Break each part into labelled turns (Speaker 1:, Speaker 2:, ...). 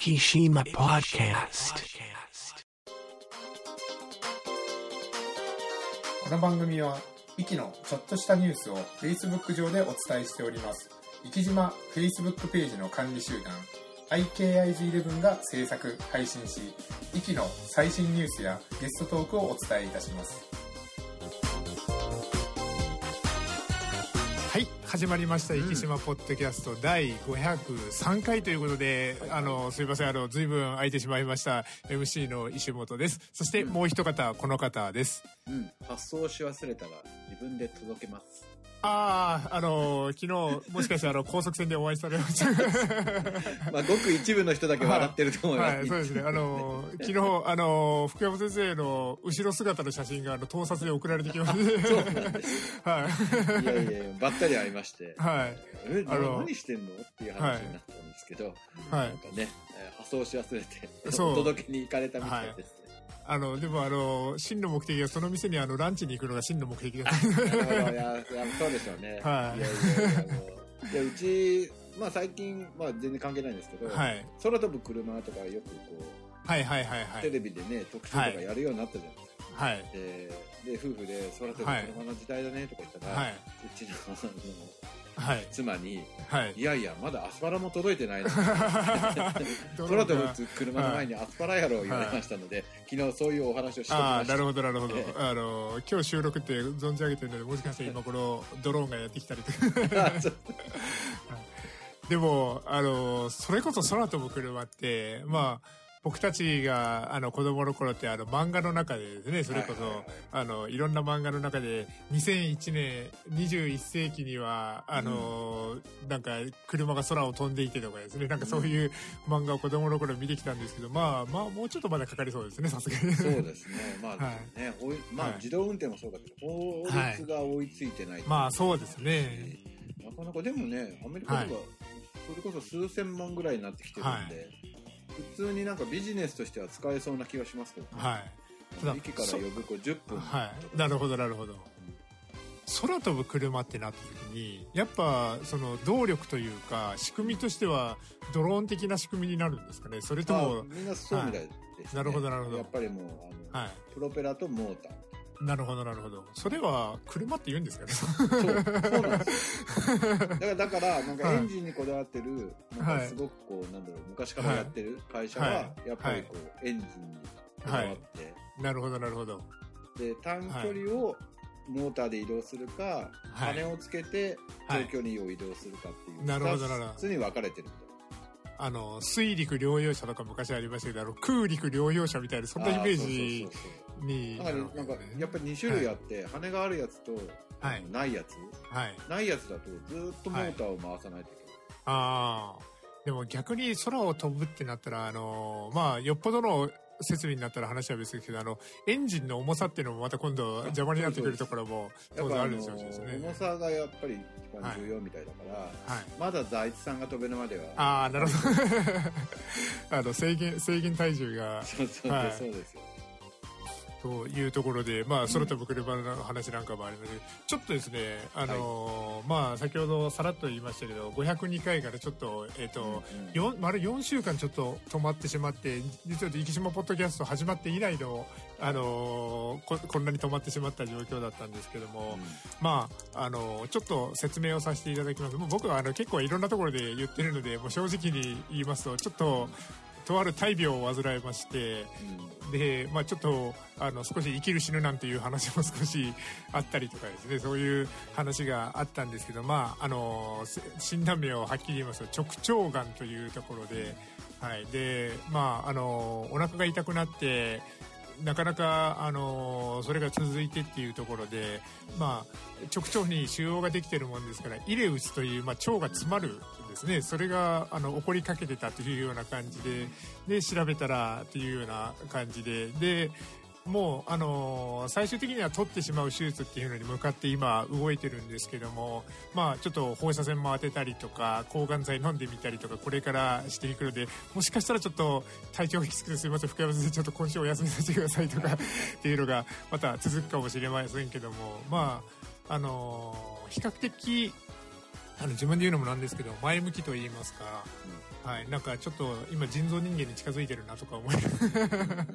Speaker 1: Ikishima Podcast.
Speaker 2: この番組は、イキのちょっとしたニュースを Facebook 上でお伝えしております。イキ島 Facebook ページの管理集団、IKIG11 が制作、配信し、イキの最新ニュースやゲストトークをお伝えいたします。
Speaker 3: はい始まりました「生島ポッドキャスト」第503回ということで、あのすいませんあの随分空いてしまいました MC の石本ですそしてもう一方この方です
Speaker 4: うん、発送し忘れたら自分で届け ます。
Speaker 3: あああの昨日もしかしてあの高速船でお会いされま した
Speaker 4: まあ、ごく一部の人だけ笑ってると思います。
Speaker 3: はいそうですねあの昨日あの福山先生の後ろ姿の写真があの盗撮で送られてきまして はい
Speaker 4: いやいやいや、ばったり会いまして、
Speaker 3: はい
Speaker 4: え
Speaker 3: あの
Speaker 4: 何してんのっていう話になったんですけど、
Speaker 3: はい
Speaker 4: なんかね、えー発送し忘れて、
Speaker 3: そう
Speaker 4: お届けに行かれたみたいですね。
Speaker 3: あのでもあの真の目的はその店にあのランチに行くのが真の目的だった
Speaker 4: なる ほどいやいやそうでしょうね。
Speaker 3: はい
Speaker 4: いやいやいやもういやうち、まあ最近、まあ全然関係ないんですけど、
Speaker 3: はい
Speaker 4: 空飛ぶ車とかよくこう、
Speaker 3: はいはいはいは
Speaker 4: テ
Speaker 3: い
Speaker 4: レビでね、特集とかやるようになったじゃないですか。
Speaker 3: はい
Speaker 4: でで夫婦で「空飛ぶ車の時代だね」とか言ったら、
Speaker 3: はいう
Speaker 4: ちのあの
Speaker 3: はい
Speaker 4: 妻に
Speaker 3: はい
Speaker 4: 「いやいやまだアスパラも届いて ないの
Speaker 3: ドロー
Speaker 4: 空
Speaker 3: ンが
Speaker 4: 飛ぶ車の前にアスパラやろ」言われましたので、昨日そういうお話をしてお
Speaker 3: あ
Speaker 4: きま
Speaker 3: あ
Speaker 4: した
Speaker 3: なるほどなるほど
Speaker 4: ええ
Speaker 3: あの今日収録って存じ上げてるのでもしかして今このドローンがやってきたりとか
Speaker 4: そう
Speaker 3: でもあのそれこそ空飛ぶ車ってまあ僕たちがあの子供の頃ってあの漫画の中でですねそれこそ、
Speaker 4: はいはいはい
Speaker 3: あのいろんな漫画の中で2001年21世紀にはあの、なんか車が空を飛んでいてとかですねなんかそういう漫画を子供の頃見てきたんですけどまあまあもうちょっとまだかかりそうですねさすがに。
Speaker 4: そうですねまあ、
Speaker 3: はい
Speaker 4: ねおいま
Speaker 3: は
Speaker 4: あ
Speaker 3: い
Speaker 4: 自動運転もそうだけど法律が追いついてない、
Speaker 3: まあそうですね。
Speaker 4: なかなかでもねアメリカではそれこそ数千万ぐらいになってきてるんで、普通になんかビジネスとしては使えそうな気がしますけどね、
Speaker 3: はい。ただ
Speaker 4: 駅から
Speaker 3: そ
Speaker 4: 呼ぶ子10分
Speaker 3: はい。なるほど、なるほど。空飛ぶ車ってなった時に、やっぱ、その、動力というか、仕組みとしては、ドローン的な仕組みになるんですかね。それと
Speaker 4: あ
Speaker 3: も、
Speaker 4: みんなそうみたいです、ね
Speaker 3: なるほどなるほど
Speaker 4: やっぱりもうあの、
Speaker 3: は
Speaker 4: プロペラとモーター
Speaker 3: い。なるほど、なるほど。それは、車って言うんですかね。
Speaker 4: そうそうなんですよだからだからなんか
Speaker 3: はい
Speaker 4: エンジンにこだわってる、なんかすごくこうなんだろう昔からやってる会社は、
Speaker 3: は
Speaker 4: やっぱりこう、エンジンにこだわって、
Speaker 3: なるほど、なるほど。
Speaker 4: で短距離をモーターで移動するか、
Speaker 3: はい
Speaker 4: 羽をつけて
Speaker 3: は
Speaker 4: 長
Speaker 3: い
Speaker 4: 距離を移動するかっていう、
Speaker 3: なるほどなるほど
Speaker 4: 2つに分かれてると
Speaker 3: あの、水陸両用車とか昔ありましたけど、あの、空陸両用車みたいな、そんなイメージ
Speaker 4: あそうそうそう
Speaker 3: に
Speaker 4: だか
Speaker 3: な
Speaker 4: ら
Speaker 3: る
Speaker 4: な
Speaker 3: わ
Speaker 4: ん
Speaker 3: けです
Speaker 4: か
Speaker 3: ね。
Speaker 4: やっぱり2種類あって、羽があるやつと、
Speaker 3: はい
Speaker 4: ないやつ
Speaker 3: はい。
Speaker 4: ないやつだとずーっとモーターを回さないとい
Speaker 3: ああ。でも逆に空を飛ぶってなったら、あのーまあ、よっぽどの設備になったら話は別ですけど、あの、エンジンの重さっていうのもまた今度邪魔になってくるところも
Speaker 4: けな
Speaker 3: 当
Speaker 4: い、
Speaker 3: 然ある
Speaker 4: やっぱあ
Speaker 3: で
Speaker 4: の
Speaker 3: しょうしです
Speaker 4: ー
Speaker 3: ね。
Speaker 4: 重さがやっぱり一番重要みたいだから、
Speaker 3: はい。
Speaker 4: まだ財津さんが飛べるまでは
Speaker 3: ああ、なるほど。あ の、制限、制限体重が、
Speaker 4: そうそうそう、
Speaker 3: はい
Speaker 4: そうですよ
Speaker 3: というところで、まあ、空飛ぶ車の話なんかもありますけど、ちょっとですね、あのーまあ、先ほどさらっと言いましたけど、502回からちょっと、えっ、と、
Speaker 4: うん
Speaker 3: よん丸4週間ちょっと止まってしまって実は生島ポッドキャスト始まって以来の、あのーここんなに止まってしまった状況だったんですけども、まあ、あのーちょっと説明をさせていただきますもう僕はあの結構いろんなところで言ってるのでもう正直に言いますとちょっととある大病を患いまして。
Speaker 4: うんうん
Speaker 3: で、まあ、ちょっとあの少し生きる死ぬなんていう話も少しあったりとかですねそういう話があったんですけど、まあ、あのせ診断名をはっきり言いますと直腸がんというところで,、はいでまあ、あのお腹が痛くなってなかなかあのそれが続いてっていうところで、まあ、直腸に腫瘍ができてるもんですからイレウスという、まあ、腸が詰まるんですねそれがあの起こりかけてたというような感じでで調べたらっていうような感じででもう、あのー最終的には取ってしまう手術っていうのに向かって今動いてるんですけども、まあちょっと放射線も当てたりとか、抗がん剤飲んでみたりとか、これからしていくので、もしかしたらちょっと体調がきつくてすいません、福山先生ちょっと今週お休みさせてくださいとか っていうのがまた続くかもしれませんけども、まああのー比較的、あの自分で言うのもなんですけど前向きと言いますか、はい、なんかちょっと今人造人間に近づいてるなとか思いながら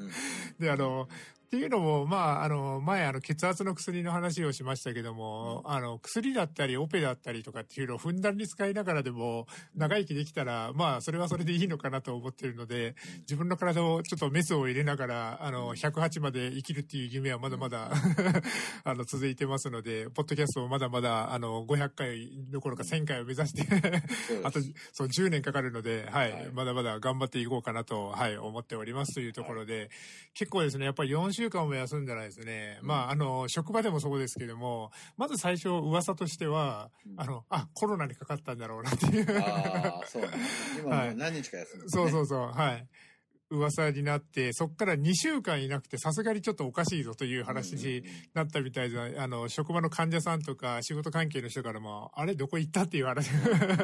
Speaker 3: であのっていうのも、まあ、あの、前、あの、血圧の薬の話をしましたけども、あの、薬だったり、オペだったりとかっていうのをふんだんに使いながらでも、長生きできたら、まあ、それはそれでいいのかなと思ってるので、自分の体をちょっとメスを入れながら、あの、108まで生きるっていう夢はまだまだ あの、続いてますので、ポッドキャストもまだまだ、あの、500回どころか1000回を目指して あと、そう、10年かかるので、はい、はい、まだまだ頑張っていこうかなと、はい、思っておりますというところで、はい、結構ですね、やっぱり4週間も休んだらですね、うん、まあ、あの、職場でもそうですけども、まず最初噂としては、うん、あの、あ、コロナにかかったんだろうなっていう。
Speaker 4: ああ、そう、ね、今何日か休んで、ねは い、
Speaker 3: そうそうそう、はい。噂になって、そこから2週間いなくて、さすがにちょっとおかしいぞという話になったみたいで、あの、職場の患者さんとか仕事関係の人からも、あれどこ行ったっていう話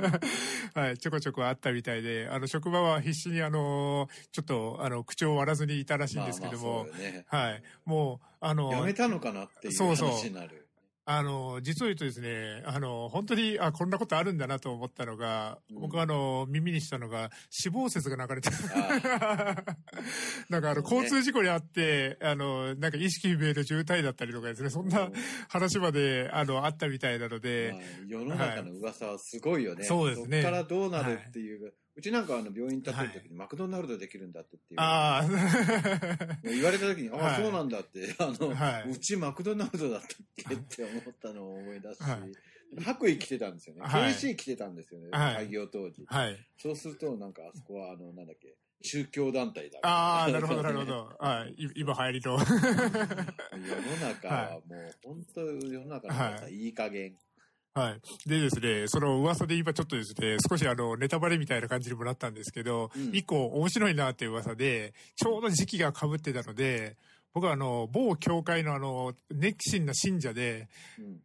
Speaker 3: はい、ちょこちょこあったみたいで、あの、職場は必死にあの、ちょっと、あの、口を割らずにいたらしいんですけども、まあまあね、はい、もう、あの、
Speaker 4: やめたのかなっていう話になる。そうそう
Speaker 3: あの、実を言うとですね、あの、本当に、あ、こんなことあるんだなと思ったのが、うん、僕はあの、耳にしたのが、死亡説が流れて、 なんかあの、ね、交通事故にあって、あの、なんか意識不明の渋滞だったりとかですね、そんな話まで、あの、あったみたいなので。まあ、
Speaker 4: 世の中の噂はすごいよね。はい、
Speaker 3: そうですね。
Speaker 4: そっからどうなるっていう。はいうちなんかあの病院建てるときにマクドナルドできるんだってっていう。
Speaker 3: ああ。
Speaker 4: 言われたときに、ああ、はい、そうなんだって、あの、はい、うちマクドナルドだったっけって思ったのを思い出すし、はい、白衣着てたんですよね。はい、KC 着てたんですよね。開業当時。そうすると、なんかあそこは、あの、なんだっけ、宗教団体だ。
Speaker 3: ああ、なるほど、なるほ ど。はい、今流行り の。
Speaker 4: 世の中はもう、本当世の中のさ、いい加減。
Speaker 3: はい。でですね、その噂で今ちょっとですね、少しあの、ネタバレみたいな感じにもなったんですけど、うん、一個面白いなっていう噂で、ちょうど時期が被ってたので、僕はあの、某教会のあの、熱心な信者で、 うん、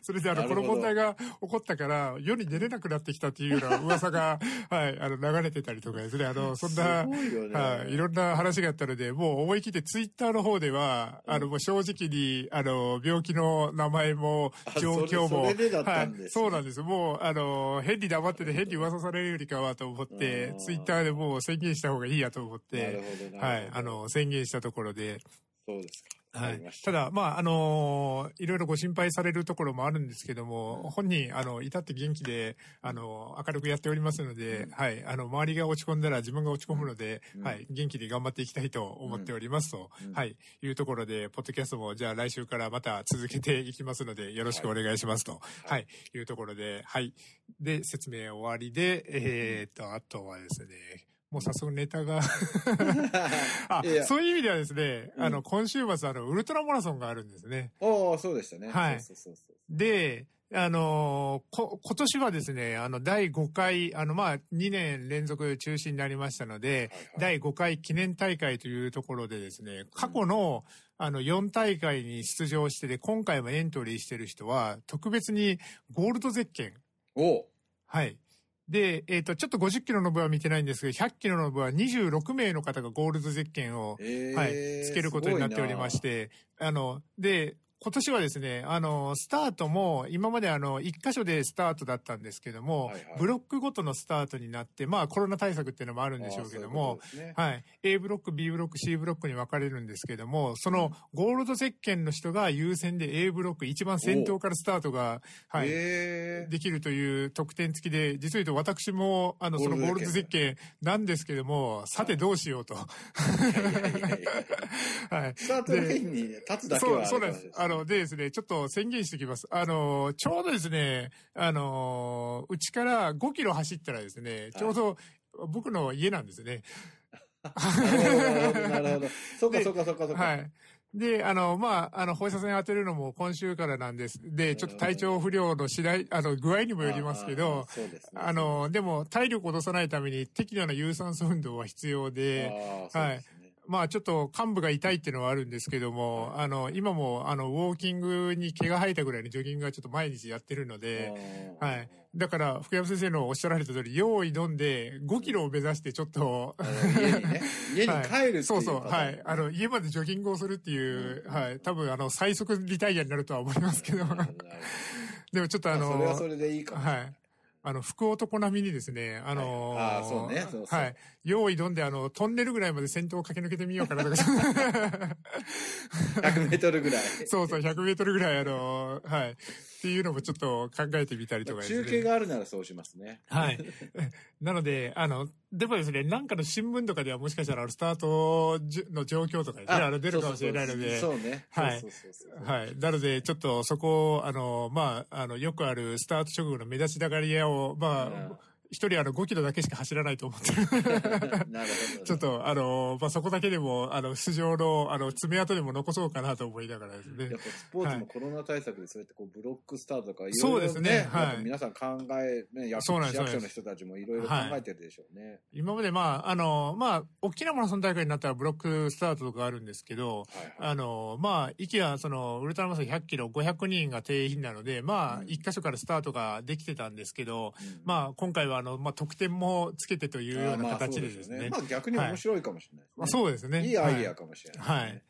Speaker 3: それであの、この問題が起こったから、世に出れなくなってきたっていうような噂が、はい、あの、流れてたりとかですね、あの、そんな、
Speaker 4: ね、
Speaker 3: はい、いろんな話があったので、もう思い切ってツイッターの方では、あの、もう正直に、あの、病気の名前も、状況も、、
Speaker 4: それそれね、はい
Speaker 3: そうなんです。もう、あの、変に黙ってて変に噂されるよりかはと思って、ツイッターでもう宣言した方がいいやと思って、はい、あの、宣言したとところで。
Speaker 4: そうです
Speaker 3: はい。ただ、まあ、あのー、いろいろご心配されるところもあるんですけども、うん、本人、あの、至って元気で、あの、明るくやっておりますので、うん、はい。あの、周りが落ち込んだら自分が落ち込むので、うん、はい。元気で頑張っていきたいと思っておりますと、はい。いうところで、ポッドキャストも、じゃあ来週からまた続けていきますので、よろしくお願いしますと、はい。はい、いうところで、はい。で、説明終わりで、えー、っと、あとはですね、もう早速ネタが あいやいや。そういう意味ではですね、うん、あの、今週末、あの、ウルトラマラソンがあるんですね。
Speaker 4: おおそうでしたね。
Speaker 3: はい。
Speaker 4: そうそうそう
Speaker 3: で、あのー、こ、今年はですね、あの、第5回、あの、まあ、2年連続中止になりましたので、はいはい、第5回記念大会というところでですね、過去の、うんあの、4大会に出場してで、今回もエントリーしてる人は、特別にゴールドゼッケン。
Speaker 4: お
Speaker 3: はい。で、えっ、ー、と、ちょっと50キロの部は見てないんですけど、100キロの部は26名の方がゴールドゼッケンを、
Speaker 4: えー、
Speaker 3: はい、つけることになっておりまして、あの、で、今年はですね、あの、スタートも、今まであの、一箇所でスタートだったんですけども、はいはい、ブロックごとのスタートになって、まあコロナ対策っていうのもあるんでしょうけども、ううね、はい。A ブロック、B ブロック、C ブロックに分かれるんですけども、その、ゴールド石鹸の人が優先で A ブロック、一番先頭からスタートが、はい、できるという特典付きで、実を言うと私も、あの、そのゴールド石鹸なんですけども、さてどうしよう と。
Speaker 4: はい。スタートラインに立つだけは
Speaker 3: そうなんです。の、でですね、ちょっと宣言してきます。あの、ちょうどですね、あの、うちから5キロ走ったらですね、ちょうど僕の家なんですね。
Speaker 4: はい、なるほど、そうかそうかそうかそうか。
Speaker 3: はい。で、あの、まあ、あの、放射線当てるのも今週からなんです。で、ちょっと体調不良の次第、あの、具合にもよりますけど、
Speaker 4: あ,、ね、
Speaker 3: あの、でも体力を落とさないために適量な有酸素運動は必要で、
Speaker 4: でね、はい。
Speaker 3: まあちょっと幹部が痛いっていうのはあるんですけども、あの、今もあの、ウォーキングに毛が生えたぐらいのジョギングはちょっと毎日やってるので、はい。だから、福山先生のおっしゃられた通り、用意飲んで、5キロを目指してちょっと、
Speaker 4: 家にね、家に帰るっていう、はい、
Speaker 3: そうそう、はい。あの、家までジョギングをするっていう、うん、はい。多分、あの、最速リタイアになるとは思いますけど。 でもちょっとあの、
Speaker 4: それはそれでいい かも。
Speaker 3: はい。あの、福男並みにですね、あの。
Speaker 4: ー、あそうね、そうそう。はい
Speaker 3: 用意どんで、あの、トンネルぐらいまで先頭を駆け抜けてみようかなとか。
Speaker 4: 100メートルぐらい。
Speaker 3: そうそう、100メートルぐらい、あのー、はい。っていうのもちょっと考えてみたりとか、ね、
Speaker 4: 中継があるならそうしますね。
Speaker 3: はい。 なので、あの、でもですね、なんかの新聞とかではもしかしたら、スタートの状況とかですね、あの出るかもしれないので。
Speaker 4: そうね。
Speaker 3: はい。はい。なので、ちょっとそこを、あの、まあ、あの、よくあるスタート直後の目立ちだがり屋を、まあ、一人あの5キロだけしか走らないと思ってる。
Speaker 4: なるほど、
Speaker 3: ちょっとあの、まあ、そこだけでも、あの、出場の、あの、爪痕でも残そうかなと思いながらですね。
Speaker 4: やっぱスポーツもコロナ対策で、そうやってこう、ブロックスターとか、ね、。
Speaker 3: そうですね。はい
Speaker 4: 皆さん考え、ね、役所の人たちもいろいろ考えてるでしょうね。はい、
Speaker 3: 今までまあ、あの、まあ、大きなマラソン大会になったらブロックスタートとかあるんですけど、はいはい、あの、まあ、息はその、ウルトラマラソン100キロ500人が定員なので、まあ、一箇所からスタートができてたんですけど、うん、まあ、今回はあの、まあ、得点もつけてというような形でですね。
Speaker 4: まあ、ねまあ、逆に面白いかもしれない、ね
Speaker 3: はい、そうですね。
Speaker 4: いいアイディアかもしれない、
Speaker 3: ね、はい、はい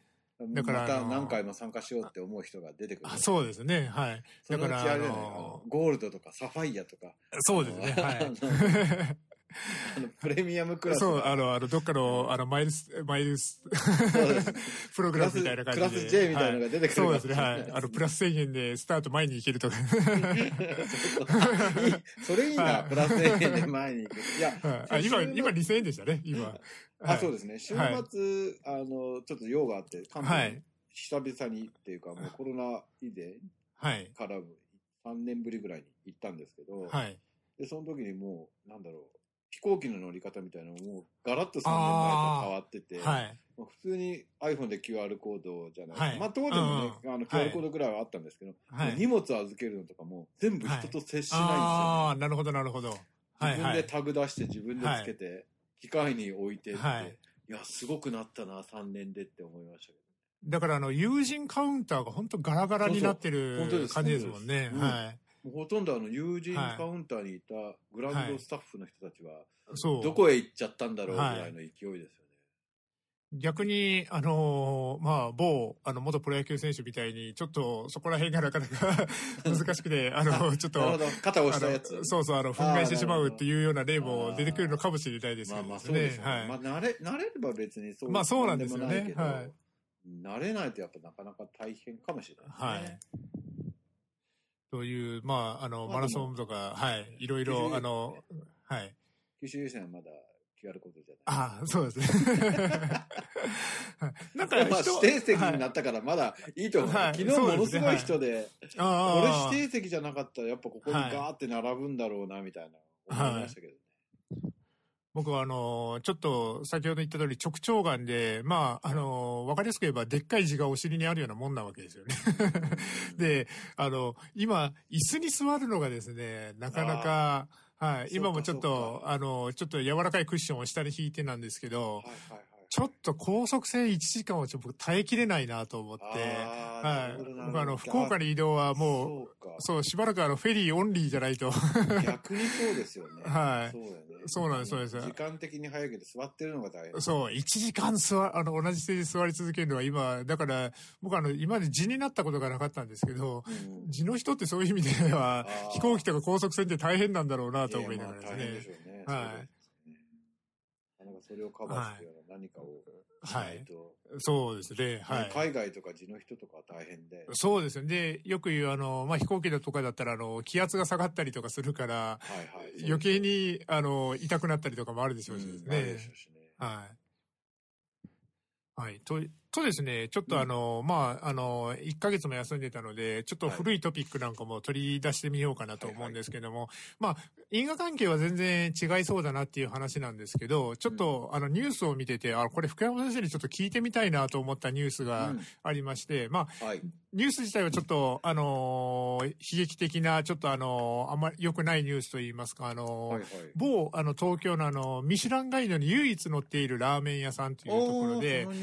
Speaker 4: だから、また何回も参加しようって思う人が出てくる。
Speaker 3: そうですね。はい。
Speaker 4: だから、あのゴールドとかサファイアとか。
Speaker 3: そうですね。 はい。
Speaker 4: あの、プレミアムクラス。
Speaker 3: そう、あの、あの、どっかの、あの、マイルス、マイルス、 プログラムみたいな感じで。
Speaker 4: プラス J みたいなのが出てくる、
Speaker 3: はい、そうですね。はい。あの、プラス制限でスタート前に行けるとか。
Speaker 4: それいいな、プラス制限で前に行く。いや、
Speaker 3: あ今、今2000円でしたね、今。
Speaker 4: あ、そうですね。週末、あの、ちょっと用があって、関東、久々にっていうか、もうコロナ以前から3年ぶりぐらいに行ったんですけど、
Speaker 3: はい。
Speaker 4: で、その時にもう、なんだろう、飛行機の乗り方みたいなのもガラッと3年前と変わってて、
Speaker 3: はい、
Speaker 4: 普通に iPhone で QR コードじゃない、はい、まあ当時もね、あの QR コードくらいはあったんですけど、はい、荷物預けるのとかも全部人と接しないんですよ、ね、
Speaker 3: ああ、なるほどなるほど。
Speaker 4: 自分でタグ出して自分でつけて、はい、機械に置いてって、はい、いや、すごくなったな、3年でって思いましたけど。
Speaker 3: だからあの、友人カウンターが本当ガラガラになってる感じですもんね。はい。
Speaker 4: ほとんどあの友人カウンターにいたグランドスタッフの人たちは、どこへ行っちゃったんだろうぐらいの勢いですよね。はいはい、
Speaker 3: 逆に、あのー、まあ、某、あの、元プロ野球選手みたいに、ちょっと、そこら辺がなかなか 難しくて、あの、ちょっと、
Speaker 4: 肩を押したやつ。
Speaker 3: そうそう、あの、憤慨してしまうっていうような例も出てくるのかもしれないですけど
Speaker 4: ね。まあ、まあ、そうですね。はい、まあ、慣れ、慣れれば別にそう
Speaker 3: まあ、そうなんですよね。はい。
Speaker 4: 慣れないとやっぱなかなか大変かもしれないですね。はい
Speaker 3: という、まあ、あの、マラソンとか、はい、いろいろ、あの、はい。
Speaker 4: 九州優先はまだ QR コードじゃない。
Speaker 3: ああ、そうですね。
Speaker 4: なんか、まあ、指定席になったからまだいいと思う。昨日ものすごい人で、ああ。これ指定席じゃなかったらやっぱここにガーって並ぶんだろうな、みたいな思いましたけどね。
Speaker 3: 僕はあの、ちょっと先ほど言った通り直腸眼で、まあ、あの、わかりやすく言えばでっかい字がお尻にあるようなもんなわけですよね。で、あの、今、椅子に座るのがですね、なかなか、はい、今もちょっと、あの、ちょっと柔らかいクッションを下に引いてなんですけど、ちょっと高速船1時間はちょっと耐えきれないなと思って、はい。僕あの、福岡に移動はもう、そう、しばらくあの、フェリーオンリーじゃないと。
Speaker 4: 逆にそうですよね。
Speaker 3: はい。そうなんです、そうです。
Speaker 4: 時間的に早いけど、座ってるのが大変。
Speaker 3: そう、1時間座、あの、同じ姿勢で座り続けるのは今、だから、僕あの、今まで地になったことがなかったんですけど、地の人ってそういう意味では、飛行機とか高速船って大変なんだろうなと思いながらですね。大変でしょうね。はい。
Speaker 4: なんかそれをカバーするような何かをしないと、はい、
Speaker 3: はい、そうですね、はい
Speaker 4: 海外とか地の人とか大変で
Speaker 3: そうですねでよく言うあの、まあ、飛行機だとかだったらあの気圧が下がったりとかするから、はいはい、余計にあの痛くなったりとかもあるでしょうしね,、うん、ねはい、はい、ととですね、ちょっとあの、うん、まあ、あの、1ヶ月も休んでたので、ちょっと古いトピックなんかも取り出してみようかなと思うんですけども、まあ、因果関係は全然違いそうだなっていう話なんですけど、ちょっと、あの、ニュースを見てて、あ、これ福山先生にちょっと聞いてみたいなと思ったニュースがありまして、うん、まあ、はい、ニュース自体はちょっと、あのー、悲劇的な、ちょっとあのー、あんまり良くないニュースといいますか、あのーはいはい、某、あの、東京のあの、ミシュランガイドに唯一載っているラーメン屋さんというところで、
Speaker 4: はい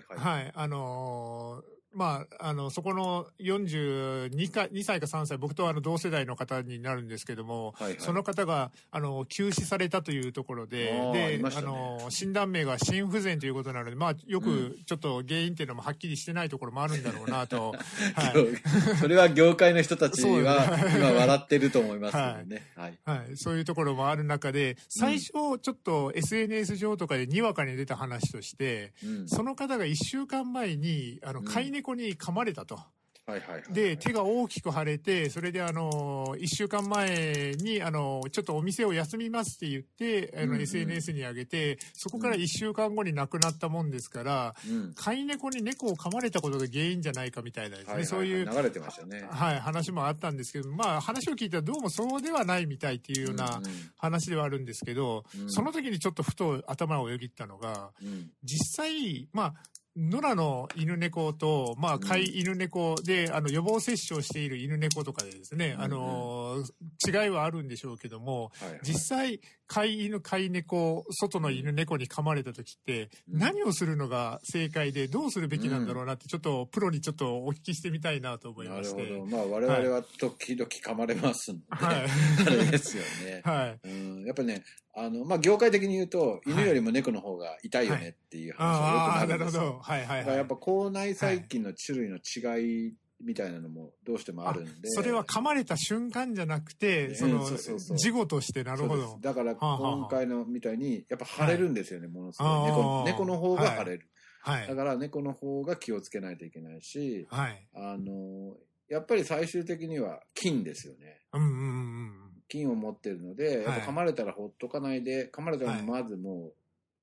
Speaker 4: はい。
Speaker 3: はい、あのー、まあ、あの、そこの42か、2歳か3歳、僕とあの同世代の方になるんですけども、はいはい、 その方が、あの、急死されたというところで、で、ね、あの、診断名が心不全ということなので、まあ、よくちょっと原因っていうのもはっきりしてないところもあるんだろうな と。
Speaker 4: はい、 それは業界の人たちは、今笑ってると思いますよね
Speaker 3: はい、はい。はい。そういうところもある中で、最初、ちょっと SNS 上とかでにわかに出た話として、うん、その方が1週間前に、あの、飼い猫猫に噛まれたと。
Speaker 4: はいはいはいはい、
Speaker 3: で、手が大きく腫れて、それであの、一週間前に、あの、ちょっとお店を休みますって言って、あの、うんうん、SNS に上げて、そこから一週間後に亡くなったもんですから、うん、飼い猫に猫を噛まれたことが原因じゃないかみたいなですね、はいはいはい、そういう。
Speaker 4: 流れてましたね。
Speaker 3: はい、話もあったんですけど、まあ、話を聞いたらどうもそうではないみたいっていうような話ではあるんですけど、うんうん、その時にちょっとふと頭をよぎったのが、うん、実際、まあ、野良の犬猫と、まあ、飼い犬猫で、うん、あの、予防接種をしている犬猫とかでですね、うんうん、あの、違いはあるんでしょうけども、はいはい、実際、飼い犬、飼い猫、外の犬猫に噛まれた時って、うん、何をするのが正解で、どうするべきなんだろうなって、ちょっと、プロにちょっとお聞きしてみたいなと思いまして。
Speaker 4: まあ、我々は時々噛まれますんで、はい、 あれですよね。はい。うん、やっぱね、あの、まあ、業界的に言うと、犬よりも猫の方が痛いよねっていう話がよくなるんですよ。はいはいはいはい、はい、やっぱ口内細菌の種類の違いみたいなのもどうしてもあるんで。
Speaker 3: それは噛まれた瞬間じゃなくて、ね、その、そうそうそう事後としてなるほど。
Speaker 4: だから今回のみたいに、やっぱ腫れるんですよね、はい、ものすごい。猫猫の方が腫れる、はい。だから猫の方が気をつけないといけないし、はい、あの、やっぱり最終的には菌ですよね。うんうんうん菌を持ってるので、やっぱ噛まれたらほっとかないで、はい、噛まれたらまずも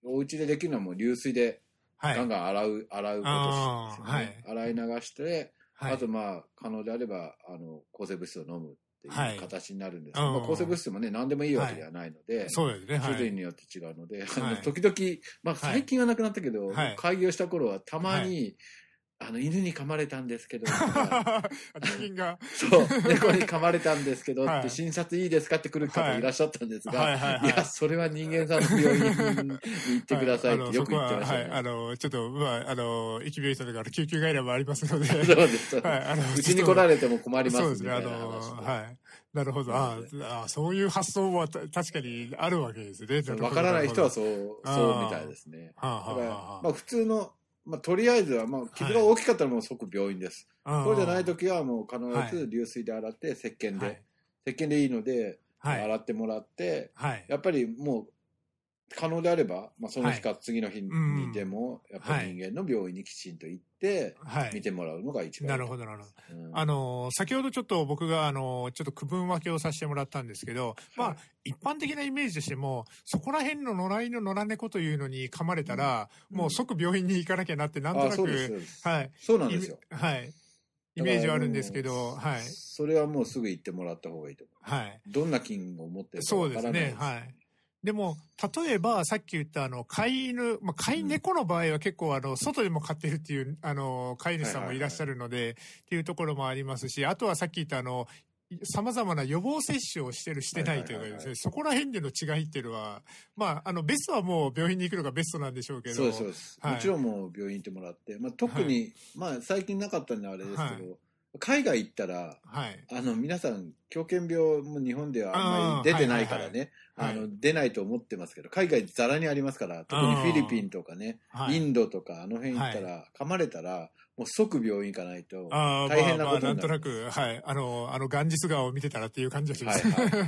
Speaker 4: う、はい、お家でできるのはもう流水で、ガンガン洗う、はい、洗うことですね、ね洗い流して、あとまあ、可能であれば、あの、抗生物質を飲むっていう形になるんですけど、まあ、抗生物質もね、何でもいいわけではないので、
Speaker 3: そうですね。
Speaker 4: 種類によって違うので、時々、まあ最近はなくなったけど、開業した頃はたまに、あの、犬に噛まれたんです けど、
Speaker 3: 人が。
Speaker 4: そう、猫に噛まれたんですけど、はい、診察いいですかって来る方いらっしゃったんですが、 はいはいはい、いや、それは人間さんの病院に行ってくださいってよく言ってました、ね
Speaker 3: はい、あの、ちょっと、まあ、あの、疫病人だから救急外来もありますので。
Speaker 4: そうです。はい、あの、うちに来られても困ります
Speaker 3: そうですね、あの、はい。なるほど。ああ、そういう発想は確かにあるわけですね。
Speaker 4: わからない人はそう、そうみたいですね。はあはあ、まあ、普通の、まあ、とりあえずは、まあ、傷が大きかったらもう即病院です。はい、そうじゃない時はもう必ず流水で洗って、石鹸で、はい、石鹸でいいので、はい、洗ってもらって、はい、やっぱりもう、可能であれば、まあ、その日か次の日にでも、やっぱり人間の病院にきちんと行って、見てもらうのが一番
Speaker 3: いい、はい、なるほど、なるほど、うん。あの、先ほどちょっと僕が、あの、ちょっと区分分けをさせてもらったんですけど、はい、まあ、一般的なイメージとしても、そこら辺の野良犬、野良猫というのに噛まれたら、うん、もう即病院に行かなきゃなって、なんとなく、
Speaker 4: はい。そうなんですよ。
Speaker 3: はい。イメージはあるんですけど、はい。
Speaker 4: それはもうすぐ行ってもらった方がいいと思う。はい。どんな菌を持ってるかわからない、ね。そうですね、
Speaker 3: はい。でも、例えば、さっき言ったあの、飼い犬、まあ、飼い猫の場合は結構あの、外でも飼ってるっていう、あの、飼い主さんもいらっしゃるので、っていうところもありますし、あとはさっき言ったあの、様々な予防接種をしてる、してないというかですね、はいはいはいはい、そこら辺での違いっていうのは、まあ、あの、ベストはもう病院に行くのがベストなんでしょうけど。
Speaker 4: そうです、はい、もちろんもう病院行ってもらって、まあ、特に、はい、まあ、最近なかったんであれですけど、はい海外行ったら、はい、あの皆さん狂犬病も日本ではあんまり出てないからね、はいはいはい、あの出ないと思ってますけど海外ざらにありますから特にフィリピンとかね、インドとかあの辺行ったら、はい、噛まれたらもう即病院行かないと大変なことになる、まあ、
Speaker 3: んとなく、はい、あのあのガンジス川を見てたらっていう感じがします、
Speaker 4: はいはい、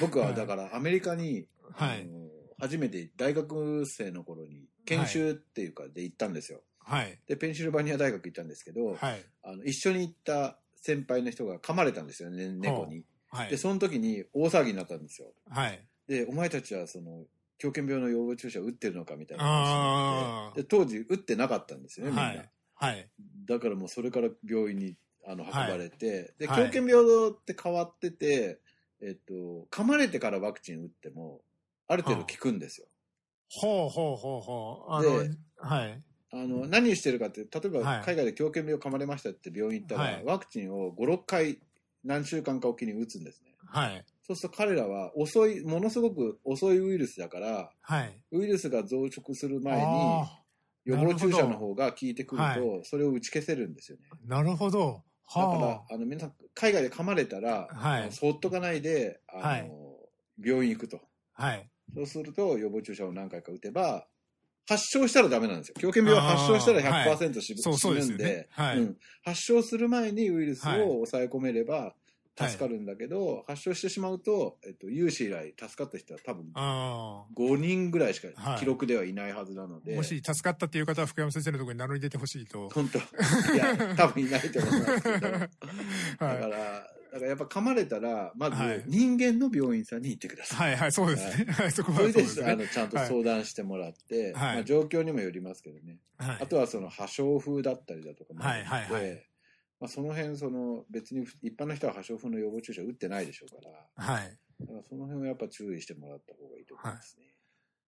Speaker 4: 僕はだからアメリカに、はい、 初めて大学生の頃に研修っていうかで行ったんですよ、はい、でペンシルバニア大学行ったんですけど、はい、あの一緒に行った先輩の人が噛まれたんですよね猫に、はい、でその時に大騒ぎになったんですよ、はい、でお前たちはその狂犬病の予防注射打ってるのかみたいな話にで当時打ってなかったんですよねみんな、はい、だからもうそれから病院にあの運ばれて、で狂犬病って変わってて、えっと、噛まれてからワクチン打ってもある程度効くんですよ
Speaker 3: ほうほうほうほうあの
Speaker 4: はいあの、何してるかって、例えば海外で狂犬病噛まれましたって病院行ったら、はい、ワクチンを5、6回何週間かおきに打つんですね。はい。そうすると彼らは遅い、ものすごく遅いウイルスだから、はい、ウイルスが増殖する前に、予防注射の方が効いてくると、それを打ち消せるんですよね。
Speaker 3: なるほど。
Speaker 4: だから、あの、皆さん、海外で噛まれたら、
Speaker 3: はい
Speaker 4: そっとかないで、あの、
Speaker 3: はい
Speaker 4: 病院行くと。
Speaker 3: はい。
Speaker 4: そうすると、予防注射を何回か打てば、発症したらダメなんですよ。狂犬病は発症したら100%死,、
Speaker 3: そうそう
Speaker 4: ぬ
Speaker 3: です
Speaker 4: ん
Speaker 3: よ
Speaker 4: で
Speaker 3: ねはい
Speaker 4: うん、発症する前にウイルスを
Speaker 3: はい
Speaker 4: 抑え込めれば
Speaker 3: はい
Speaker 4: 助かるんだけど、発症してしまうと、えっと、有志以来助かった人は多分
Speaker 3: ああ。
Speaker 4: 5人ぐらいし
Speaker 3: は
Speaker 4: か
Speaker 3: い
Speaker 4: 記録ではいないはずなので、
Speaker 3: もし助かったっていう方は福山先生のところに名乗り出てほしい と。
Speaker 4: 本当、い や、多分いないと思いますけど、だか
Speaker 3: は
Speaker 4: ら、
Speaker 3: い。
Speaker 4: だからやっぱ噛まれたら、ま
Speaker 3: は
Speaker 4: ず
Speaker 3: い
Speaker 4: 人間の病院さんに行ってください。
Speaker 3: はいはい、そうですね。はい、 そこはそ
Speaker 4: そ
Speaker 3: う
Speaker 4: れ
Speaker 3: で
Speaker 4: ですあ
Speaker 3: ね。
Speaker 4: のちゃんと相談してもらって、
Speaker 3: はい
Speaker 4: まあ、状況にもよりますけどね、
Speaker 3: はい
Speaker 4: あとはその破傷風だったりだとかもあるので、
Speaker 3: はいはいは
Speaker 4: まあ、その辺その別に一般の人は破傷風の予防注射打ってないでしょうから、
Speaker 3: はい。
Speaker 4: だからその辺はやっぱ注意してもらった方がいいと思いますね。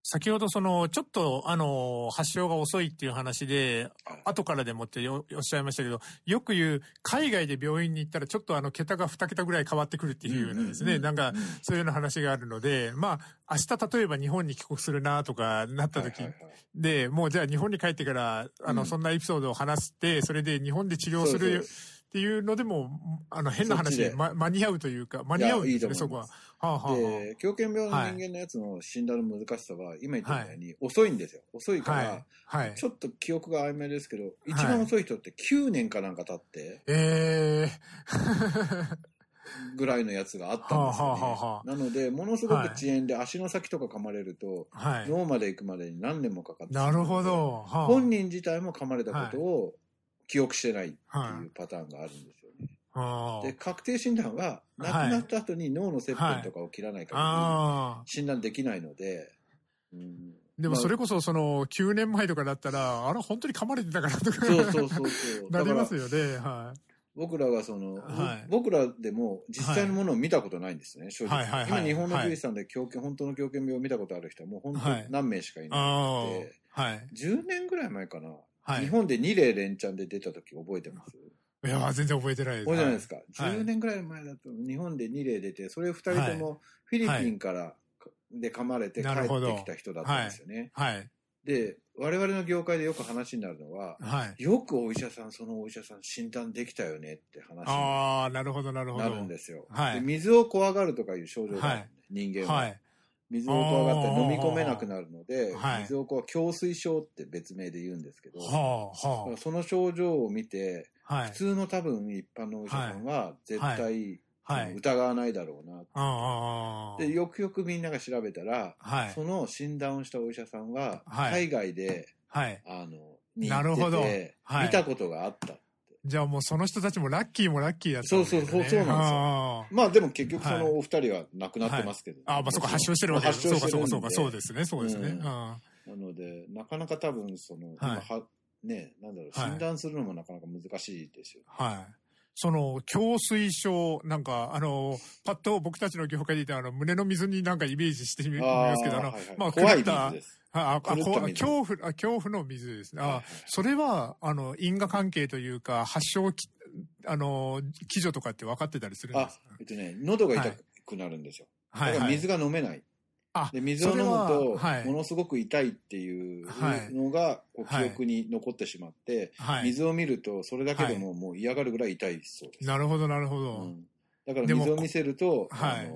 Speaker 3: 先ほどその、ちょっと、あの、発症が遅いっていう話で、
Speaker 4: あ
Speaker 3: 後からでもってよおっしゃいましたけど、よく言う、海外で病院に行ったら、ちょっとあの、桁が2桁ぐらい変わってくるっていうようなですね、なんか、、そういうような話があるので、まあ、明日例えば日本に帰国するなとかなった時
Speaker 4: はいはいはい
Speaker 3: で、もうじゃあ日本に帰ってから、あ
Speaker 4: う
Speaker 3: の、
Speaker 4: ん
Speaker 3: そんなエピソードを話して、それで日本で治療す
Speaker 4: そう
Speaker 3: る
Speaker 4: です
Speaker 3: っていうのでも、あの、変な
Speaker 4: そっちで
Speaker 3: 話、ま間に合うというか、間に合うんですね、
Speaker 4: いやいいと
Speaker 3: そ
Speaker 4: 思
Speaker 3: こは
Speaker 4: います。
Speaker 3: はあ、はあはあ
Speaker 4: で、狂犬病の人間のやつの診断の難しさは、今言ったように遅いんですよ。遅いか
Speaker 3: は
Speaker 4: ら、
Speaker 3: い。はい。
Speaker 4: ちょっと記憶が曖昧ですけど、一番遅い人って9年かなんか経って
Speaker 3: え
Speaker 4: ぐらいのやつがあったんです
Speaker 3: はあはあは
Speaker 4: よ
Speaker 3: あ
Speaker 4: ね。なので、ものすごく遅延で足の先とか噛まれると、
Speaker 3: ー、はい。
Speaker 4: 脳まで行くまでに何年もかかってしま
Speaker 3: な
Speaker 4: うの
Speaker 3: る
Speaker 4: で
Speaker 3: ほ。ど。はあ
Speaker 4: 本人自体も噛まれたことを記憶してないっていうパターンがあるんですよね。
Speaker 3: は
Speaker 4: で、確定診断は、亡くなった後に脳の切片とかを切らない
Speaker 3: あ
Speaker 4: から、
Speaker 3: ああ。
Speaker 4: 診断できないので、うん
Speaker 3: でもそれこそ、その、9年前とかだったら、あれ、本当に噛まれてたからとか、
Speaker 4: そうそうそうそう。
Speaker 3: な
Speaker 4: だ
Speaker 3: り
Speaker 4: か
Speaker 3: ま
Speaker 4: ら
Speaker 3: すよね。はい。
Speaker 4: 僕らがその、
Speaker 3: はい
Speaker 4: 僕らでも実際のものを見たことないんですね、正直。
Speaker 3: はいはいはい
Speaker 4: 今日本の獣医師さんで狂犬、本当の狂犬病を見たことある人はもう本当に何名しかいない。
Speaker 3: あ
Speaker 4: で
Speaker 3: あ。はい。
Speaker 4: 10年ぐらい前かな、
Speaker 3: は
Speaker 4: 日
Speaker 3: い。
Speaker 4: 本で2例連チャンで出た時覚えてます
Speaker 3: いや、全然覚えてないです。
Speaker 4: 覚えてないですか、
Speaker 3: はい
Speaker 4: ?10 年ぐらい前だと日本で2例出て、それ2人ともフィリピンから、で噛まれて帰
Speaker 3: なるほ
Speaker 4: っ
Speaker 3: ど
Speaker 4: てきた人だったんですよね。
Speaker 3: はい。
Speaker 4: で、我々の業界でよく話になるのは、
Speaker 3: はい。
Speaker 4: よくお医者さん、そのお医者さん診断できたよねって話になる
Speaker 3: ああ、なるほど、なるほど。
Speaker 4: なるんですよ。
Speaker 3: はい
Speaker 4: で水を怖がるとかいう症状がある、
Speaker 3: はい
Speaker 4: 人間は、
Speaker 3: はい。
Speaker 4: 水を怖がって飲み込めなくなるので、
Speaker 3: はい
Speaker 4: 水を怖胸水症って別名で言うんですけど、
Speaker 3: はあ、
Speaker 4: だか
Speaker 3: は
Speaker 4: らその症状を見て、
Speaker 3: あ。は
Speaker 4: 普
Speaker 3: い。
Speaker 4: 通の多分一般のお医者さんは絶対、
Speaker 3: はい。
Speaker 4: 疑わないだろうな。
Speaker 3: ああああ。
Speaker 4: で、よくよくみんなが調べたら、
Speaker 3: はい
Speaker 4: そ。の診断をしたお医者さんは、
Speaker 3: はい
Speaker 4: 海外で、
Speaker 3: はい。
Speaker 4: あの、に
Speaker 3: な
Speaker 4: 行
Speaker 3: る
Speaker 4: って
Speaker 3: ほど
Speaker 4: て、
Speaker 3: はい
Speaker 4: 見たことがあった。
Speaker 3: じゃあもうその人たちもラッキーもラッキーだったんだよね
Speaker 4: そうそうそうそうなんですよ
Speaker 3: あ
Speaker 4: まあでも結局そ
Speaker 3: はい
Speaker 4: のお二人は亡くなってますけど、
Speaker 3: あああ、まあそこ発症してるわけです。そ
Speaker 4: 発症
Speaker 3: うか
Speaker 4: して
Speaker 3: そ
Speaker 4: る
Speaker 3: うんか
Speaker 4: で
Speaker 3: そうか、そうですね、そうですね。
Speaker 4: うん
Speaker 3: あ
Speaker 4: なので、なかなか多分、その、今はね、なんだろう、
Speaker 3: はい
Speaker 4: 診断するのもなかなか難しいですよ。
Speaker 3: あはい。その、胸水症、なんか、あの、パッと僕たちの業界で言ったあの、胸の水になんかイメージしてみ
Speaker 4: あ
Speaker 3: ますけど、あ
Speaker 4: ー
Speaker 3: の、
Speaker 4: はいはい
Speaker 3: まあ
Speaker 4: 怖い
Speaker 3: 狂った
Speaker 4: 水です。
Speaker 3: ああ、あ
Speaker 4: 狂った
Speaker 3: こう
Speaker 4: 水
Speaker 3: 恐怖、あ恐怖の水ですね。
Speaker 4: はい
Speaker 3: あ
Speaker 4: はい
Speaker 3: それは、あの、因果関係というか、発症き、あの、基準とかって分かってたりするんで
Speaker 4: あ
Speaker 3: すか、
Speaker 4: えっとね、喉が痛くなるんですよ。
Speaker 3: はい、
Speaker 4: だから
Speaker 3: はい。
Speaker 4: 水が飲めない。
Speaker 3: あ
Speaker 4: で、水を飲むと、
Speaker 3: それははい
Speaker 4: ものすごく痛いっていう
Speaker 3: はい
Speaker 4: のが、こう、
Speaker 3: は
Speaker 4: 記
Speaker 3: い
Speaker 4: 憶に残ってしまって、
Speaker 3: はい。
Speaker 4: 水を見ると、それだけでももう嫌がるぐらい痛いそうです。
Speaker 3: なるほど、なるほど。
Speaker 4: うんだから
Speaker 3: でも
Speaker 4: 水を見せると、
Speaker 3: は
Speaker 4: あ
Speaker 3: い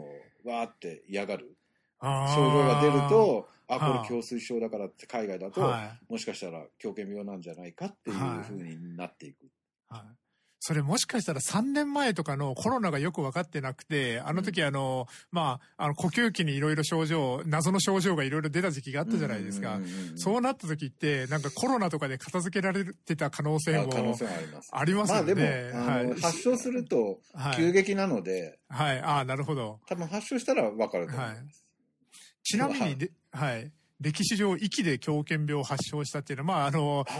Speaker 4: の、わーって嫌がる。
Speaker 3: あー
Speaker 4: 症状が出る、と、あ、
Speaker 3: はあ
Speaker 4: これ胸水症だからって海外だと、
Speaker 3: はい。
Speaker 4: もしかしたら狂犬病なんじゃないかっていう
Speaker 3: はい
Speaker 4: ふうになっていく。
Speaker 3: はい。それもしかしたら3年前とかのコロナがよく分かってなくて、あの時あの、まあ、あの呼吸器にいろいろ症状、謎の症状がいろいろ出た時期があったじゃないですか。
Speaker 4: うんうんうんうん
Speaker 3: そうなった時って、なんかコロナとかで片付けられてた可能性
Speaker 4: あ可能
Speaker 3: も
Speaker 4: 性はあります。
Speaker 3: あります
Speaker 4: まあ
Speaker 3: よ
Speaker 4: でも、
Speaker 3: ね。
Speaker 4: あの
Speaker 3: はい。
Speaker 4: 発症すると
Speaker 3: は
Speaker 4: 急
Speaker 3: い。
Speaker 4: 激なので、
Speaker 3: はい。ああ、なるほど。
Speaker 4: 多分発症したらわかると思います。
Speaker 3: ちなみにで、はい。歴史上、息で狂犬病を発症したっていうのは、まあ、あの、
Speaker 4: あ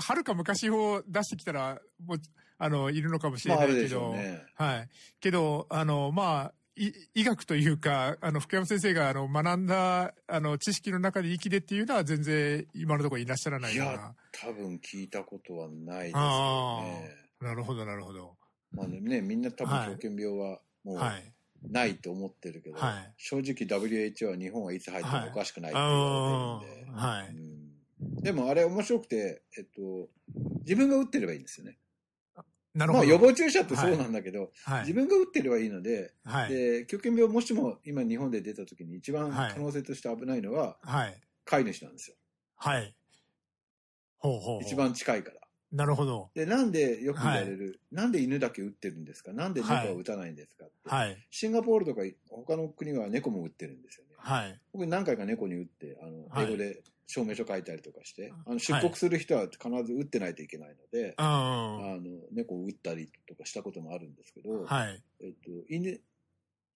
Speaker 3: はるか昔を出してきたら、もう、あの、いるのかもし
Speaker 4: ま
Speaker 3: れ
Speaker 4: あ、
Speaker 3: ない
Speaker 4: ある
Speaker 3: け
Speaker 4: でし
Speaker 3: ど、
Speaker 4: ょうね。
Speaker 3: はい。けど、あの、まあ、い医学というか、あの、福山先生が、あの、学んだ、あの、知識の中で生きでっていうのは全然今のところいらっしゃらない
Speaker 4: い
Speaker 3: よう
Speaker 4: や
Speaker 3: な。、
Speaker 4: 多分聞いたことはないですよ
Speaker 3: あ
Speaker 4: ね。
Speaker 3: あ、なるほど、なるほど。
Speaker 4: まあでもね、みんな多
Speaker 3: はい
Speaker 4: 分狂犬病はもう
Speaker 3: はい。
Speaker 4: ないと思ってるけど、
Speaker 3: はい
Speaker 4: 正直 WHO は日本はいつ入ってもおかしくないって言われてるんで。
Speaker 3: ああ、はい。
Speaker 4: うんでもあれ面白くて、えっと、自分が打ってればいいんですよね。
Speaker 3: なる
Speaker 4: ま
Speaker 3: ほ
Speaker 4: あ
Speaker 3: ど。
Speaker 4: 予防注射ってそうなんだけど、
Speaker 3: はい
Speaker 4: 自。分が打ってればいいので、
Speaker 3: はい。
Speaker 4: で、狂犬病もしも今日本で出た時に一番
Speaker 3: はい
Speaker 4: 可能性として危ないのは
Speaker 3: はい。
Speaker 4: 飼い主なんですよ。
Speaker 3: はい。ほうほうほう。
Speaker 4: 一。番近いから。
Speaker 3: なるほど。
Speaker 4: で、なんでよく言われる、なんで犬だけ打ってるんですかなんで猫は打たないんですかって。
Speaker 3: はい。
Speaker 4: シンガポールとか他の国は猫も打ってるんですよね。
Speaker 3: はい。
Speaker 4: 僕何回か猫に打って、あの、
Speaker 3: はい
Speaker 4: 英語で証明書書いたりとかして、あ
Speaker 3: は
Speaker 4: の
Speaker 3: い
Speaker 4: 出国する人は必ず打ってないといけないの
Speaker 3: う
Speaker 4: で、
Speaker 3: んうん。
Speaker 4: あの、猫を打ったりとかしたこともあるんですけど、
Speaker 3: はい。
Speaker 4: えっと、犬、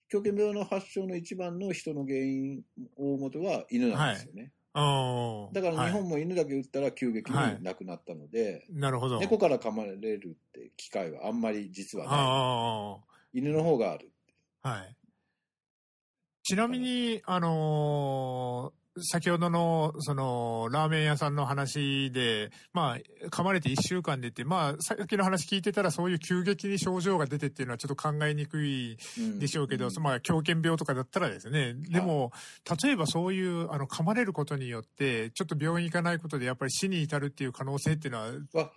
Speaker 4: 狂犬病の発症の一番の人の原因、大元は犬なんですよね。
Speaker 3: うん。
Speaker 4: だから日
Speaker 3: はい
Speaker 4: 本も犬だけ打ったら急激
Speaker 3: はい
Speaker 4: に亡くなったので、
Speaker 3: なるほど。
Speaker 4: 猫から噛まれるって機会はあんまり実はな
Speaker 3: あ
Speaker 4: い。犬の方がある。
Speaker 3: あ。はい。ちなみに、あのー先ほどの、その、ラーメン屋さんの話で、まあ、噛まれて1週間でって、まあ、さっきの話聞いてたら、そういう急激に症状が出てっていうのはちょっと考えにくい
Speaker 4: うん
Speaker 3: でしょうけど、
Speaker 4: ん
Speaker 3: まあ、狂犬病とかだったらですね、でも、例えばそういう、あの、噛まれることによって、ちょっと病院行かないことで、やっぱり死に至るっていう可能性っていうのは、
Speaker 4: あ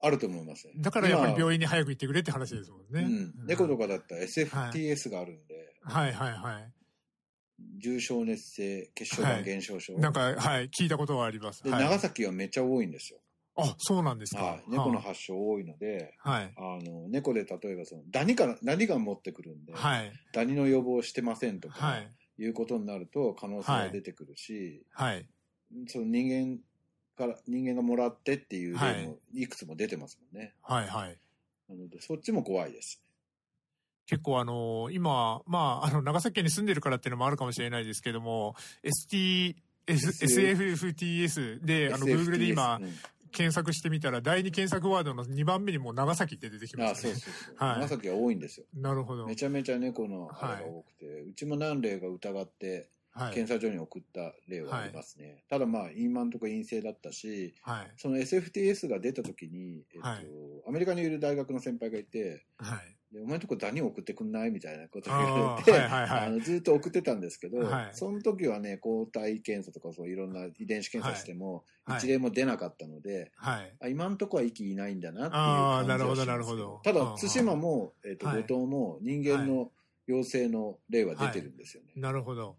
Speaker 4: あると思いますね。
Speaker 3: だからやっぱり
Speaker 4: 今
Speaker 3: 病院に早く行ってくれって話ですもんね。
Speaker 4: うん、猫とかだったら SFTS があるんで、
Speaker 3: はいはいはい。
Speaker 4: 重症熱性血小板減少症、
Speaker 3: なんか、はい、聞いたことはあります。
Speaker 4: で
Speaker 3: はい、
Speaker 4: 長崎はめっちゃ多いんですよ、
Speaker 3: あ、そうなんですか。
Speaker 4: はい、猫の発症多いので、
Speaker 3: はい。
Speaker 4: あの猫で例えばそのダニからダニが持ってくるんで、
Speaker 3: はい。
Speaker 4: ダニの予防してませんとか、
Speaker 3: はいい。、
Speaker 4: うことになると可能性が出てくるし、
Speaker 3: はい。
Speaker 4: その人間から人間がもらってっていう例もいくつも出てますもんね、
Speaker 3: はい。はい。
Speaker 4: なのでそっちも怖いです
Speaker 3: 結構あの、今、まあ、あの、長崎県に住んでるからっていうのもあるかもしれないですけども、ST、S- SFTS で、あの、Google で今、
Speaker 4: SFTS
Speaker 3: 検索してみたら、第二検索ワードの2番目にもう長崎って出てき
Speaker 4: うんあ
Speaker 3: ました
Speaker 4: そう
Speaker 3: ね。
Speaker 4: そうそう、
Speaker 3: はい
Speaker 4: 長崎は多いんですよ
Speaker 3: なるほど
Speaker 4: め。ちゃめちゃ猫のあれが多くて、うちも何例か疑って
Speaker 3: はい
Speaker 4: 検。査所に送った例はありますね、ただまあ今のところ陰性だったし
Speaker 3: はい。
Speaker 4: その SFTS が出た時に、えっと
Speaker 3: はい
Speaker 4: アメリカにいる大学の先輩がいて
Speaker 3: はい。
Speaker 4: 「でお前のとこダニ送ってくんない?」みたいなことを言わ
Speaker 3: あー
Speaker 4: れて、
Speaker 3: はいはいは
Speaker 4: あ
Speaker 3: い。
Speaker 4: のずっと送ってたんですけど、
Speaker 3: はい
Speaker 4: その時はね抗体検査とかそういろんな遺伝子検査しても、
Speaker 3: はい
Speaker 4: 一例も出なかったので。
Speaker 3: はい。
Speaker 4: あ今のとこは息いないんだなって
Speaker 3: あー
Speaker 4: いう感じはします
Speaker 3: なるほどなるほど
Speaker 4: た
Speaker 3: う
Speaker 4: だ
Speaker 3: んうん
Speaker 4: 対馬も、えっと
Speaker 3: はい
Speaker 4: 後藤も人間の陽性の例は出てるんですよね、
Speaker 3: なるほど。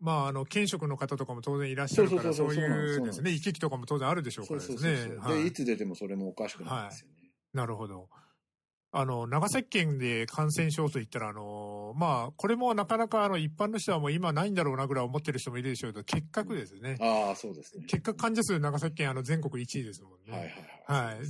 Speaker 3: まあ、あの、県職の方とかも当然いらっしゃるから、
Speaker 4: そ
Speaker 3: そう
Speaker 4: そう
Speaker 3: う
Speaker 4: そうそうそうなんです
Speaker 3: い
Speaker 4: そう
Speaker 3: う
Speaker 4: なん
Speaker 3: で
Speaker 4: です
Speaker 3: すね、行き来とかも当然あるでしょうか
Speaker 4: そ
Speaker 3: ら
Speaker 4: う
Speaker 3: で
Speaker 4: そう
Speaker 3: す
Speaker 4: そ
Speaker 3: ね
Speaker 4: うそう、。
Speaker 3: はい
Speaker 4: でいつ出てもそれもおかしくないんですよね、
Speaker 3: なるほど。あの、長崎県で感染症といったら、あの、まあ、これもなかなかあの、一般の人はもう今ないんだろうなぐらい思ってる人もいるでしょうけど、結核ですね。
Speaker 4: ああそうですね
Speaker 3: 結核患者数長崎県あの、全国1位ですもん
Speaker 4: はいはい
Speaker 3: ね。はい。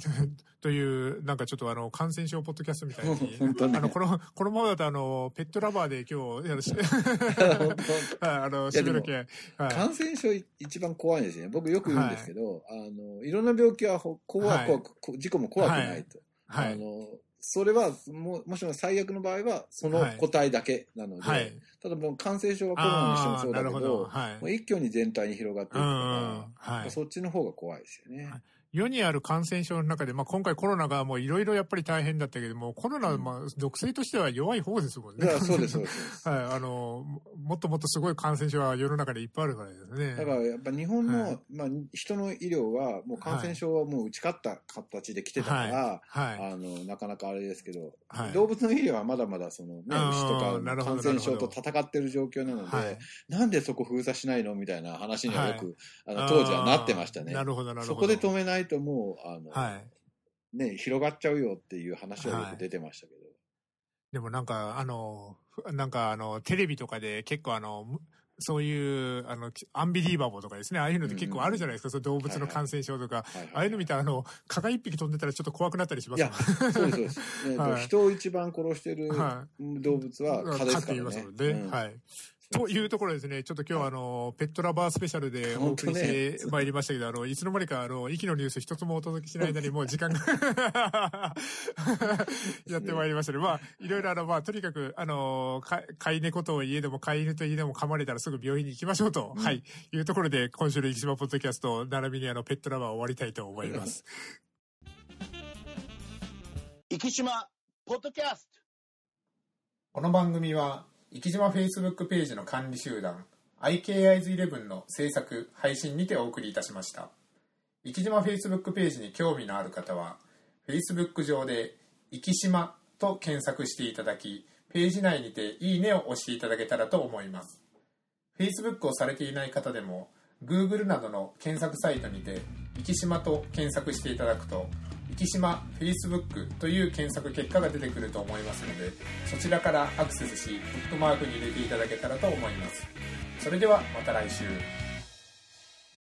Speaker 3: という、なんかちょっとあの、感染症ポッドキャストみたい
Speaker 4: はい本
Speaker 3: に。
Speaker 4: 当ね
Speaker 3: あの、この、このままだとあの、ペットラバーで今日、いや しはいあの、
Speaker 4: 本いやで
Speaker 3: 締め
Speaker 4: も
Speaker 3: なきゃ。
Speaker 4: 当
Speaker 3: はい。
Speaker 4: 感染症い一番怖いですね僕よく言うんですけど、い、あのいろんな病気はほ怖
Speaker 3: はいい
Speaker 4: 怖く、こ事故も怖くないと、
Speaker 3: は
Speaker 4: あ
Speaker 3: い。
Speaker 4: のそれはももしも最悪の場合はその
Speaker 3: はい
Speaker 4: 個体だけなので、
Speaker 3: はい。
Speaker 4: ただもう感染症はコロナにしてもそうだけど
Speaker 3: あーなるほど。はい。
Speaker 4: もう一挙に全体に広がっていくか
Speaker 3: う
Speaker 4: ら、
Speaker 3: んは
Speaker 4: やっぱ
Speaker 3: い。
Speaker 4: そっちの方が怖いですよね、
Speaker 3: はい世にある感染症の中で、まあ、今回コロナがもういろいろやっぱり大変だったけども、コロナ
Speaker 4: う
Speaker 3: は
Speaker 4: ん
Speaker 3: まあ毒性としては弱い方ですもんね。
Speaker 4: だからそうですそうですそうで す
Speaker 3: はい、あの、ももっともっとすごい感染症は世の中でいっぱいあるからですね。
Speaker 4: だからやっぱ日本の、
Speaker 3: はい
Speaker 4: まあ、人の医療はもう感染症はもう打ち勝った形で来てたから、
Speaker 3: はい。
Speaker 4: あのなかなかあれですけど、
Speaker 3: はい。
Speaker 4: 動物の医療はまだまだその、ね、
Speaker 3: あー
Speaker 4: 牛とか
Speaker 3: なる
Speaker 4: の
Speaker 3: ほど
Speaker 4: 感染症
Speaker 3: なる
Speaker 4: と
Speaker 3: ほど
Speaker 4: 戦ってる状況なので、
Speaker 3: はい
Speaker 4: なんでそこ封鎖しないのみたいな話にはよく、あ
Speaker 3: あ
Speaker 4: の
Speaker 3: ー
Speaker 4: 当時はなってましたね
Speaker 3: な。るほど、なるほど。
Speaker 4: そこで止めないともうあの、
Speaker 3: はい。
Speaker 4: ね、広がっちゃうよっていう話はよく出てましたけど、
Speaker 3: でもなんか、あの、ふなんかあの、テレビとかで結構あの、むそういう、あの、きアンビリーバボーとかですね、ああいうのって結構あるじゃないですか、その動物の感染症とか。
Speaker 4: はいはい
Speaker 3: ああいうの見たら、あの、蚊が一匹飛んでたらちょっと怖くなったりしま
Speaker 4: い
Speaker 3: すも
Speaker 4: や
Speaker 3: ん、
Speaker 4: そうです、そうです。えっと
Speaker 3: はい
Speaker 4: 人を一番殺してる
Speaker 3: は
Speaker 4: 動物は蚊で
Speaker 3: っ
Speaker 4: すからね。
Speaker 3: て言いますもんね。
Speaker 4: うん
Speaker 3: はい。というところですね、ちょっと今日はあの、ペットラバースペシャルでお
Speaker 4: 本
Speaker 3: 送
Speaker 4: 当ね
Speaker 3: りしてまいりましたけど、あの、いつの間にかあの、息のニュース一つもお届けしない間 にもう時間がやってまいりましたね。まあ、いろいろあの、まあ、とにかく、あの、か飼い猫と家でも飼い犬と家でも噛まれたらすぐ病院に行きましょうと、
Speaker 4: うん
Speaker 3: はい、いうところで、今週の生島ポッドキャスト、並びにあの、ペットラバーを終わりたいと思います。
Speaker 5: 生島ポッドキャスト
Speaker 2: この番組は生島 Facebook ページの管理集団 IKIs11 の制作配信にてお送りいたしました
Speaker 3: 生き島 Facebook ページに興味のある方は Facebook 上で「生き島」と検索していただきページ内にて「いいね」を押していただけたらと思います Facebook をされていない方でも Google などの検索サイトにて「生き島」と検索していただくと「生島 Facebook」という検索結果が出てくると思いますのでそちらからアクセスしブックマークに入れていただけたらと思いますそれではまた来週